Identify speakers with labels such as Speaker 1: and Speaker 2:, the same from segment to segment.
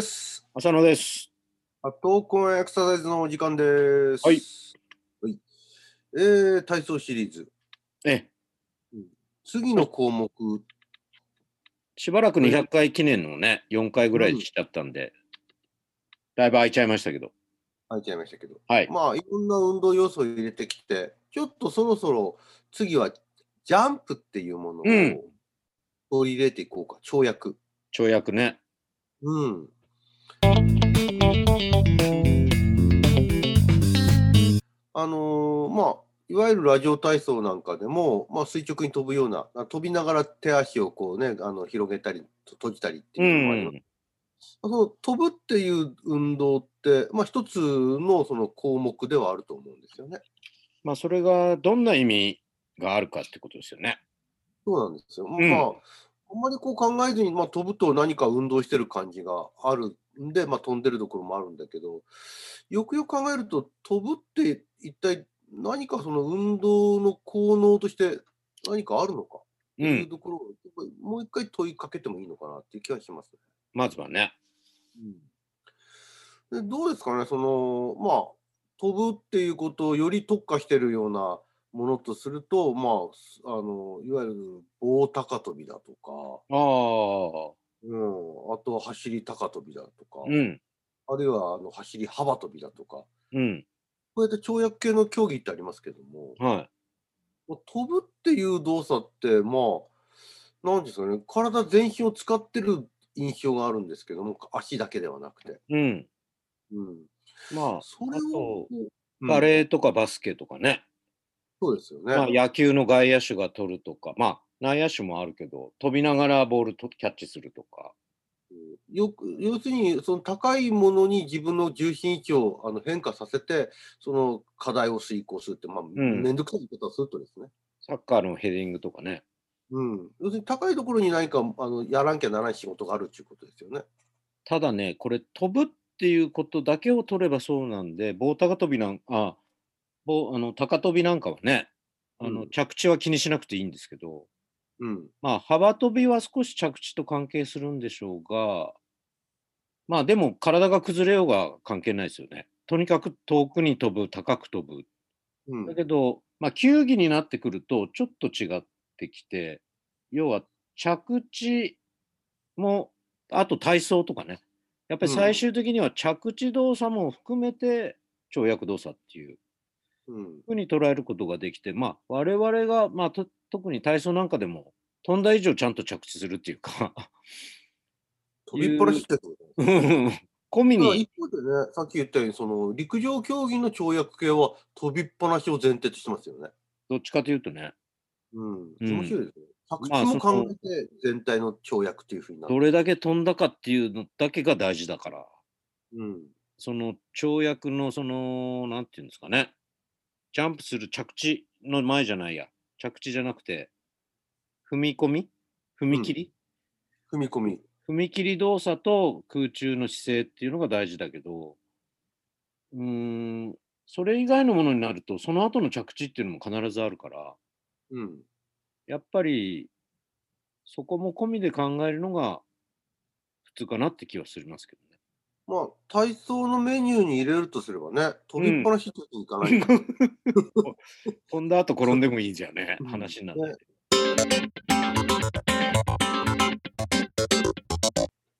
Speaker 1: 浅野です。
Speaker 2: あ闘魂エクササイズのお時間です。
Speaker 1: はい
Speaker 2: はい。えー、体操シリーズ。
Speaker 1: ええ、
Speaker 2: 次の項目、
Speaker 1: しばらく200回記念のね、4回ぐらいしちゃったんで、だいぶ空いちゃいましたけど、
Speaker 2: 入っちゃいましたけど、
Speaker 1: はい。
Speaker 2: まあ、いろんな運動要素を入れてきて、ちょっとそろそろ次はジャンプっていうものを
Speaker 1: うん
Speaker 2: 取り入れていこうか、跳躍。
Speaker 1: 跳躍ね。
Speaker 2: うん。あのーまあいわゆるラジオ体操なんかでも、まあ、垂直に飛ぶようなあ飛びながら手足をこうねあの広げたりと閉じたりって
Speaker 1: う
Speaker 2: いうのがあります
Speaker 1: ん。
Speaker 2: その飛ぶっていう運動って、まあ、一つのその項目ではあると思うんですよね。
Speaker 1: まあ、それがどんな意味があるかってことですよね。
Speaker 2: そうなんですよ。
Speaker 1: ん
Speaker 2: まあ、あんまりこう考えずに、まあ、飛ぶと何か運動してる感じがあるんで、まあ、飛んでるところもあるんだけど、よくよく考えると、飛ぶって一体何かその運動の効能として何かあるのか
Speaker 1: う。
Speaker 2: というんところを、やっぱりもう一回問いかけてもいいのかなっていう気がします。
Speaker 1: まずはね。
Speaker 2: でどうですかね、そのまあ飛ぶっていうことをより特化してるようなものとすると、まあすあのいわゆる棒高跳びだとか、
Speaker 1: ああ。
Speaker 2: うん、あと走り高跳びだとか、
Speaker 1: うん。
Speaker 2: あるいはあの走り幅跳びだとか、
Speaker 1: うん。
Speaker 2: こうやって跳躍系の競技ってありますけども、
Speaker 1: はい。
Speaker 2: まあ飛ぶっていう動作って、まあ、なんていうんですかね、体全身を使ってる印象があるんですけども、足だけではなくて。
Speaker 1: うん。
Speaker 2: うん、
Speaker 1: まあ、
Speaker 2: それを
Speaker 1: あと、
Speaker 2: うん
Speaker 1: バレーとかバスケとかね。
Speaker 2: そうですよね。
Speaker 1: まあ、野球の外野手が取るとか、まあ、内野手もあるけど、飛びながらボールとキャッチするとか。
Speaker 2: よく要するにその高いものに自分の重心位置をあの変化させてその課題を遂行するって、まあ、
Speaker 1: ん
Speaker 2: 面倒くさいことをするとですね、
Speaker 1: サッカーのヘディングとかね。
Speaker 2: うん、要するに高いところに何かあのやらなきゃならない仕事があるっていうことですよね。
Speaker 1: ただね、これ飛ぶっていうことだけを取ればそうなんで、棒高跳びなんあ、棒あの高跳びなんかはね、あの
Speaker 2: うん
Speaker 1: 着地は気にしなくていいんですけど、
Speaker 2: うん、
Speaker 1: まあ幅跳びは少し着地と関係するんでしょうが、まあでも体が崩れようが関係ないですよね。とにかく遠くに飛ぶ、高く飛ぶ。
Speaker 2: うん
Speaker 1: だけど、まあ球技になってくるとちょっと違ってきて、要は着地も、あと体操とかね。やっぱり最終的には着地動作も含めて跳躍動作っていう
Speaker 2: うん
Speaker 1: ふうに捉えることができて、まあ、我々が、まあ、と特に体操なんかでも、飛んだ以上ちゃんと着地するってい うか、
Speaker 2: 飛びっぱなしってことね
Speaker 1: 込み
Speaker 2: だから
Speaker 1: に、
Speaker 2: 一方でねさっき言ったようにその陸上競技の跳躍系は飛びっぱなしを前提としてますよね。
Speaker 1: どっちかというとね、
Speaker 2: うん、
Speaker 1: うん
Speaker 2: 面白いですね。着
Speaker 1: まあ
Speaker 2: 地も
Speaker 1: その
Speaker 2: 考えて全体の跳躍っていうふうになる。
Speaker 1: どれだけ飛んだかっていうのだけが大事だから、
Speaker 2: うん
Speaker 1: その跳躍の、その、なんていうんですかね、ジャンプする着地の前じゃないや、着地じゃなくて、踏み込み踏み切り、
Speaker 2: 踏み込み。
Speaker 1: 踏み切り動作と空中の姿勢っていうのが大事だけど、うーん、それ以外のものになると、その後の着地っていうのも必ずあるから、
Speaker 2: うん
Speaker 1: やっぱりそこも込みで考えるのが普通かなって気はしますけ
Speaker 2: まあ、体操のメニューに入れるとすればね、飛びっぱなしといかな
Speaker 1: ど
Speaker 2: い
Speaker 1: ね
Speaker 2: か。。
Speaker 1: 飛んだ後転んでもいいじゃんね、
Speaker 2: うん
Speaker 1: 話になって。
Speaker 2: ね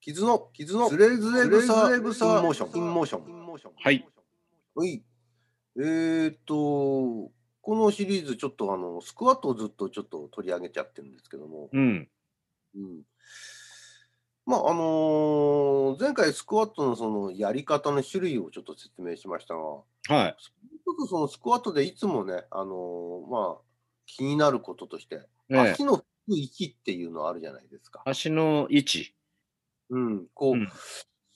Speaker 2: 傷の、傷の、ずれずれぶさ、
Speaker 3: ズレズレ草
Speaker 2: インモーション、インモーション。
Speaker 1: はい。
Speaker 2: はい。えーっと、このシリーズ、ちょっとあの、スクワットをずっとちょっと取り上げちゃってるんですけども、
Speaker 1: うん、
Speaker 2: うん。まあ、あのー前回スクワットのそのやり方の種類をちょっと説明しましたが、
Speaker 1: はい。
Speaker 2: よくそのスクワットでいつもね、あのーまあ、気になることとして、
Speaker 1: ええ
Speaker 2: 足のつく位置っていうのあるじゃないですか。
Speaker 1: 足の位置。
Speaker 2: うん、こう、
Speaker 1: うん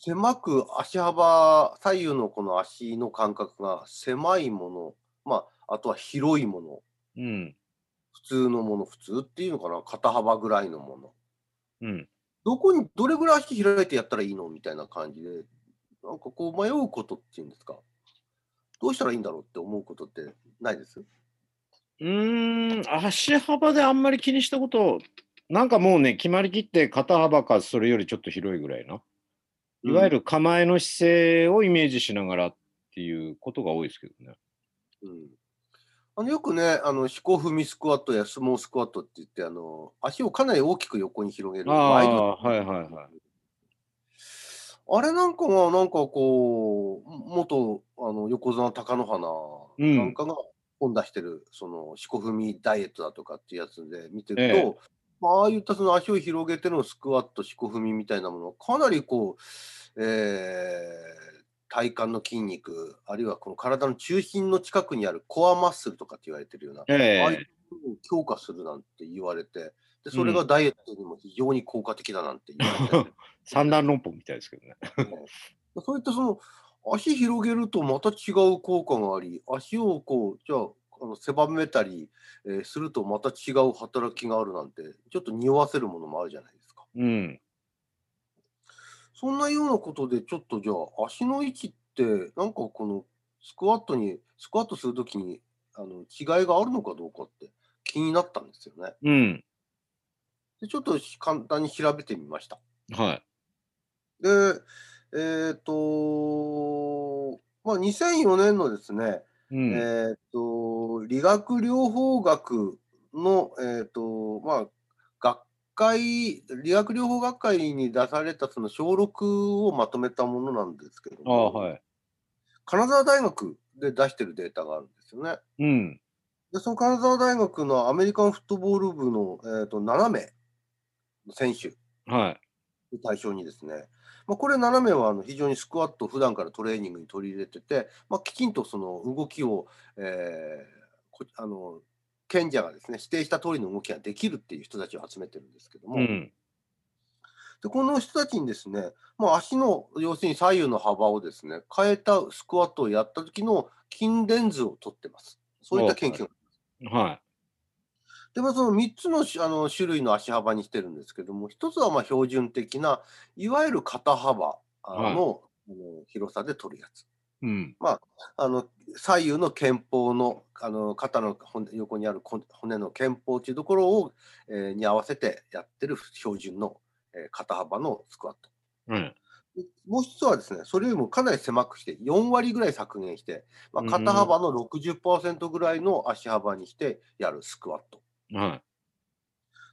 Speaker 2: 狭く足幅、左右のこの足の感覚が狭いもの、まあ、あとは広いもの、
Speaker 1: うん、
Speaker 2: 普通のもの、普通っていうのかな、肩幅ぐらいのもの。
Speaker 1: うん、
Speaker 2: どこに、どれぐらい足開いてやったらいいのみたいな感じで、なんかこう迷うことっていうんですか。どうしたらいいんだろうって思うことってないです
Speaker 1: うーん、足幅であんまり気にしたこと、なんかもうね、決まりきって肩幅かそれよりちょっと広いぐらいな。いわゆる構えの姿勢をイメージしながらっていうことが多いですけどね。
Speaker 2: うんあのよくね、あの飛行踏みスクワットや相撲スクワットって言って、あの足をかなり大きく横に広げる。
Speaker 1: あ
Speaker 2: ワイド
Speaker 1: あ、はいはいはい。
Speaker 2: あれなんかは、なんかこう、元あの横綱貴乃花
Speaker 1: うん
Speaker 2: なんかが本出してる、その四股踏みダイエットだとかっていうやつで見て
Speaker 1: え
Speaker 2: る
Speaker 1: え
Speaker 2: と、まあああいったその足を広げてのスクワット、四股踏みみたいなもの、かなりこう、えー体幹の筋肉、あるいはこの体の中心の近くにあるコアマッスルとかって言われてるような、
Speaker 1: え
Speaker 2: ああい
Speaker 1: え
Speaker 2: うのを強化するなんて言われて、でそれがダイエットにも非常に効果的だなんて言われて、
Speaker 1: 三段論法みたいですけどね。
Speaker 2: そういったその足広げるとまた違う効果があり、足をこう、じゃあ、あの狭めたり、えーするとまた違う働きがあるなんて、ちょっと匂わせるものもあるじゃないですか。
Speaker 1: うん。
Speaker 2: そんなようなことで、ちょっとじゃあ、足の位置って、なんかこのスクワットに、スクワットするときにあの違いがあるのかどうかって気になったんですよね。
Speaker 1: うん。
Speaker 2: でちょっと簡単に調べてみました。
Speaker 1: はい。
Speaker 2: で、えっ、とまあ、2004年のですね、
Speaker 1: うん。
Speaker 2: えっと、理学療法学の、えっと、まあ、学会、理学療法学会に出されたその小6をまとめたものなんですけど
Speaker 1: あ
Speaker 2: も、
Speaker 1: あ、はい。
Speaker 2: 金沢大学で出してるデータがあるんですよね。
Speaker 1: うん。
Speaker 2: で、その金沢大学のアメリカンフットボール部の、えっと、7名の選手
Speaker 1: はい。
Speaker 2: を対象にですね、まあ、これ7名はあの非常にスクワットを普段からトレーニングに取り入れてて、まあ、きちんとその動きを、えーこあの賢者がですね指定した通りの動きができるっていう人たちを集めてるんですけども、
Speaker 1: うん。
Speaker 2: でこの人たちにですね、まあ、足の要するに左右の幅をですね変えたスクワットをやった時の筋電図を取ってます。そういった研究が
Speaker 1: は
Speaker 2: で、まあ、その3つのしあの種類の足幅にしてるんですけども、1つはまあ標準的な、いわゆる肩幅あ
Speaker 1: はい
Speaker 2: の,、あの広さで取るやつ。
Speaker 1: い。うん。
Speaker 2: あの左右の肩峰のあの肩の骨横にあるこ骨の肩峰というところを、えーに合わせてやってる標準の、えー肩幅のスクワット。
Speaker 1: うん。
Speaker 2: でもう一つはですね、それよりもかなり狭くして、4割ぐらい削減して、まあ、肩幅の60%ぐらいの足幅にしてやるスクワット。
Speaker 1: は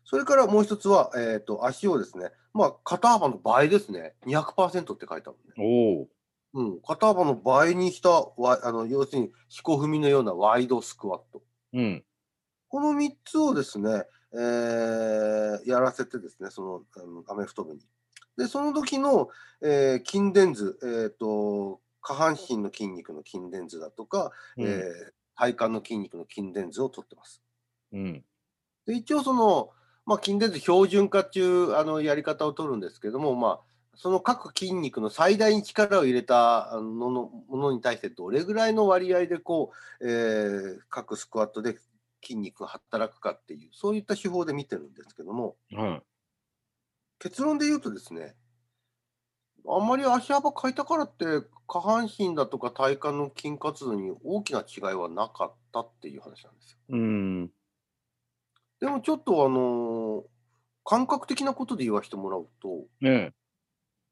Speaker 2: それからもう一つは、えっ、と、足をですね、まあ、肩幅の倍ですね、200%って書いてあるね。
Speaker 1: い。おお。
Speaker 2: うん、肩幅の倍にしたわ、あの、要するに、四股踏みのようなワイドスクワット。
Speaker 1: うん。
Speaker 2: この3つをですね、えーやらせてですね、その、あのアメフト部に。で、その時の、えー筋電図、えっ、と、下半身の筋肉の筋電図だとか、
Speaker 1: う
Speaker 2: え
Speaker 1: ん
Speaker 2: ー体幹の筋肉の筋電図を取ってます。
Speaker 1: うん。
Speaker 2: で一応その、まあ、筋電図標準化中あのやり方を取るんですけども、まあ、その各筋肉の最大に力を入れたあのものものに対してどれぐらいの割合でこう、えー各スクワットで筋肉が働くかっていうそういった手法で見てるんですけども
Speaker 1: は
Speaker 2: 結論で言うとですねあんまり足幅変えたからって下半身だとか体幹の筋活動に大きな違いはなかったっていう話なんですよ。
Speaker 1: い。うん。
Speaker 2: でもちょっとあのー感覚的なことで言わせてもらうと、
Speaker 1: ね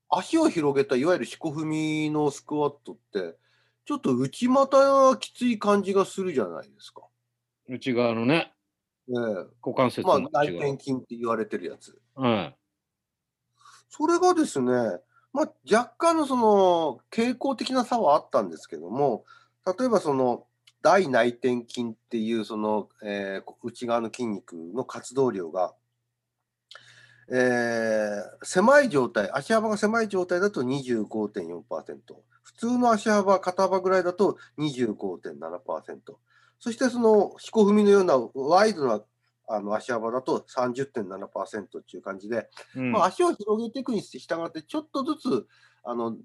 Speaker 2: 足を広げたいわゆる四股踏みのスクワットって、ちょっと内股がきつい感じがするじゃないですか。
Speaker 1: え。内側のね、
Speaker 2: ええ
Speaker 1: 股関節
Speaker 2: まあ、
Speaker 1: の
Speaker 2: 内
Speaker 1: 内側。
Speaker 2: 転筋って言われてるやつ。
Speaker 1: は
Speaker 2: それがですね、まあ、若干のその傾向的な差はあったんですけども、例えばその大内転筋っていうその、えーこ内側の筋肉の活動量が、えー狭い状態、足幅が狭い状態だと25.4%、普通の足幅、肩幅ぐらいだと25.7%、そしてその四股踏みのようなワイドなあの足幅だと30.7%っていう感じで、
Speaker 1: い。うん
Speaker 2: まあ、足を広げていくに従って、ちょっとずつあの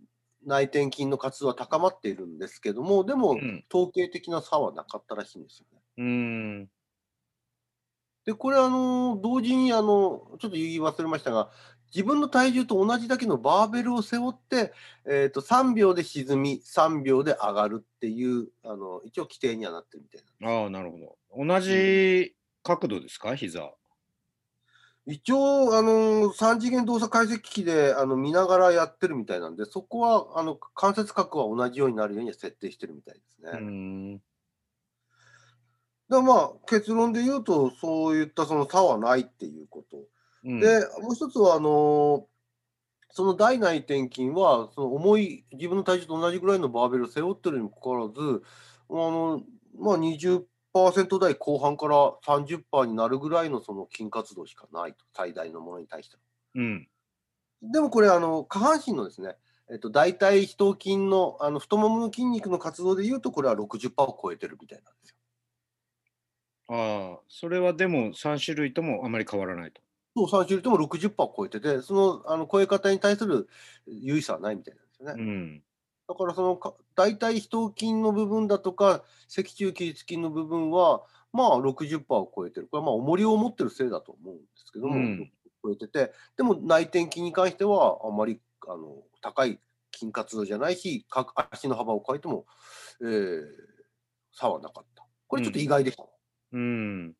Speaker 2: 内転筋の活動は高まっているんですけども、でも
Speaker 1: うん
Speaker 2: 統計的な差はなかったらしいんですよね。
Speaker 1: うん。
Speaker 2: で、これ、あの同時にあの、ちょっと言い忘れましたが、自分の体重と同じだけのバーベルを背負って、えー、と3秒で沈み、3秒で上がるっていう、あの一応規定にはなってるみたいなんです。
Speaker 1: ああ、なるほど。同じ角度ですか、膝。
Speaker 2: 一応、あの、三次元動作解析機で、あの、見ながらやってるみたいなんで、そこは、あの、関節角は同じようになるようには設定してるみたいですね。
Speaker 1: うん
Speaker 2: だからまあ、結論で言うと、そういったその差はないっていうこと。
Speaker 1: うん
Speaker 2: で、もう一つは、あのその大内転勤は、その重い、自分の体重と同じぐらいのバーベルを背負ってるにもかかわらず、あのまあ、20%台後半から30%になるぐらいのその筋活動しかないと、最大のものに対しては。
Speaker 1: うん
Speaker 2: でもこれ、あの下半身のですね、えっと、大体、非頭筋のあの太ももの筋肉の活動でいうと、これは60%を超えてるみたいなんですよ。
Speaker 1: ああ、それはでも3種類ともあまり変わらないと。
Speaker 2: そう、3種類とも60%を超えてて、そのあの超え方に対する優位さはないみたいなんですよね。
Speaker 1: うん。
Speaker 2: だからそのか大体非頭筋の部分だとか脊柱起立筋の部分はまあ60%を超えてるこれはまあ重りを持ってるせいだと思うんですけども、
Speaker 1: うん
Speaker 2: 超えててでも内転筋に関してはあまりあの高い筋活動じゃないしか足の幅を変えても、えー差はなかったこれちょっと意外でした、
Speaker 1: うん。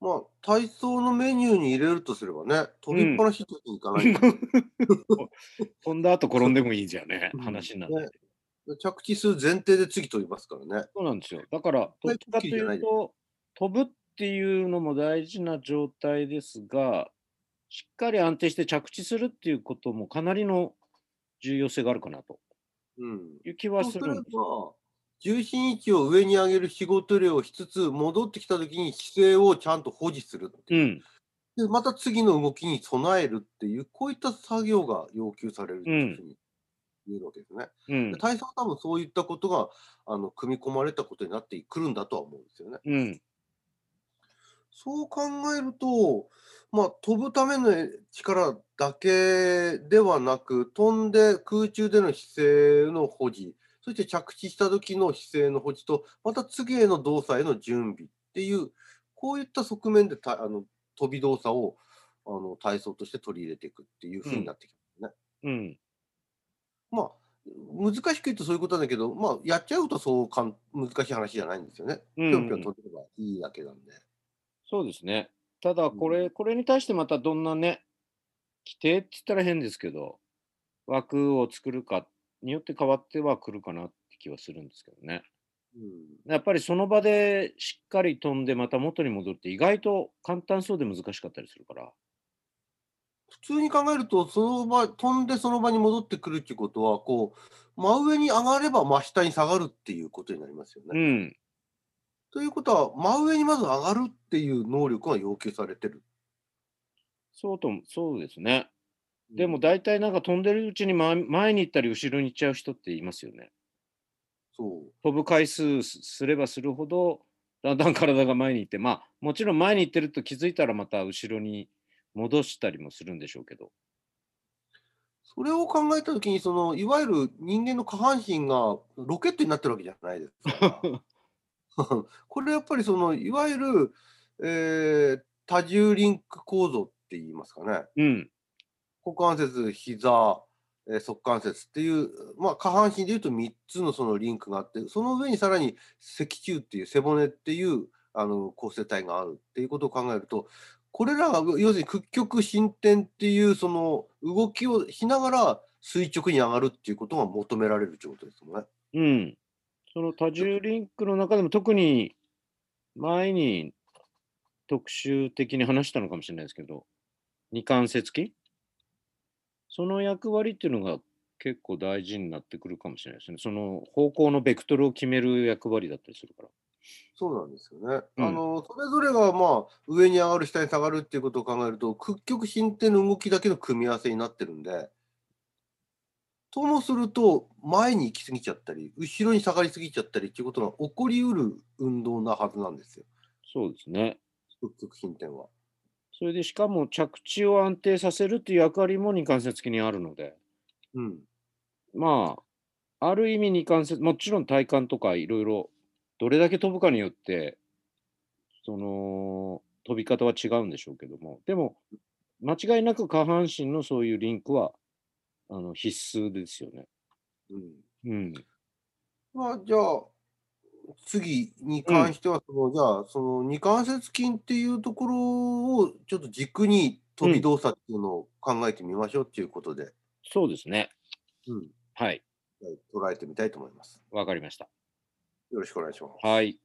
Speaker 2: まあ体操のメニューに入れるとすればね飛びっぱなしといか ない、
Speaker 1: 飛んだ後転んでもいいじゃんね
Speaker 2: う、ん
Speaker 1: 話になって。
Speaker 2: ね着地する前提で次飛びますからね
Speaker 1: そうなんですよ。だから、どっちかというと、飛ぶっていうのも大事な状態ですが、しっかり安定して着地するっていうこともかなりの重要性があるかなと
Speaker 2: うん
Speaker 1: いう気は
Speaker 2: そう
Speaker 1: す
Speaker 2: す
Speaker 1: る
Speaker 2: れ
Speaker 1: ん
Speaker 2: ば
Speaker 1: ですよ。
Speaker 2: 重心位置を上に上げる仕事量をしつつ戻ってきた時に姿勢をちゃんと保持するって
Speaker 1: う、
Speaker 2: いうんでまた次の動きに備えるっていうこういった作業が要求されるっていうふうに言えるわけですね。
Speaker 1: うん
Speaker 2: で、体操は多分そういったことがあの組み込まれたことになってくるんだとは思うんですよね。
Speaker 1: うん、
Speaker 2: そう考えると、まあ、飛ぶための力だけではなく、飛んで空中での姿勢の保持、そして着地した時の姿勢の保持と、また次への動作への準備っていう、こういった側面でたあの飛び動作をあの体操として取り入れていくっていうふうになってきますね。
Speaker 1: うん、
Speaker 2: まあ難しく言うとそういうことなんだけど、まあ、やっちゃうとそうかん難しい話じゃないんですよね。
Speaker 1: う
Speaker 2: ぴょん
Speaker 1: ん
Speaker 2: ぴょん飛べばいいだけなんで。
Speaker 1: そうですね。ただ、これ、これに対してまたどんなね、規定って言ったら変ですけど、枠を作るかによって変わってはくるかなって気はするんですけどね。
Speaker 2: うん
Speaker 1: やっぱりその場でしっかり飛んでまた元に戻るって意外と簡単そうで難しかったりするから。
Speaker 2: 普通に考えると、その場、飛んでその場に戻ってくるっていうことは、こう、真上に上がれば真下に下がるっていうことになりますよ
Speaker 1: う
Speaker 2: ね。
Speaker 1: ん。
Speaker 2: ということは、真上にまず上がるっていう能力が要求されてる。
Speaker 1: そうとも、そうですね。でも大体なんか飛んでるうちに前前に行ったり後ろに行っちゃう人っていますよね。
Speaker 2: そう。
Speaker 1: 飛ぶ回数すすればするほど、だんだん体が前に行って、まあもちろん前に行ってると気づいたらまた後ろに戻したりもするんでしょうけ ど。
Speaker 2: それを考えたときに、その、いわゆる人間の下半身がロケットになってるわけじゃないです か。これやっぱりその、いわゆる、えー多重リンク構造って言いますかね。
Speaker 1: うん。
Speaker 2: 股関節、膝、えー側関節っていう、まあ、下半身でいうと3つのそのリンクがあって、その上にさらに脊柱っていう背骨っていうあの構成体があるっていうことを考えると、これらが要するに屈曲伸展っていうその動きをしながら垂直に上がるっていうことが求められるってことですもんね。
Speaker 1: うん。その多重リンクの中でも特に前に特集的に話したのかもしれないですけど、二関節筋その役割っていうのが結構大事になってくるかもしれないですね。その方向のベクトルを決める役割だったりするから。
Speaker 2: そうなんですよね。
Speaker 1: うん
Speaker 2: あのそれぞれがまあ上に上がる下に下がるっていうことを考えると屈曲伸展の動きだけの組み合わせになってるんでともすると前に行き過ぎちゃったり後ろに下がりすぎちゃったりっていうことが起こりうる運動なはずなんですよ
Speaker 1: そうですね。
Speaker 2: 屈曲伸展は。
Speaker 1: それでしかも着地を安定させるっていう役割も二関節筋にあるので、
Speaker 2: うん、
Speaker 1: まあ、ある意味に関節もちろん体幹とかいろいろ、どれだけ飛ぶかによって、その、飛び方は違うんでしょうけども、でも、間違いなく下半身のそういうリンクは、あの、必須ですよね。
Speaker 2: うん
Speaker 1: うん。
Speaker 2: まあじゃあ次に関しては、そのじゃあ、その二関節筋っていうところをちょっと軸に飛び動作っていうのを考えてみましょうっていうことで、
Speaker 1: そうですね。
Speaker 2: うん
Speaker 1: はい。
Speaker 2: はい捉えてみたいと思います。
Speaker 1: わかりました。
Speaker 2: よろしくお願いします。
Speaker 1: はい。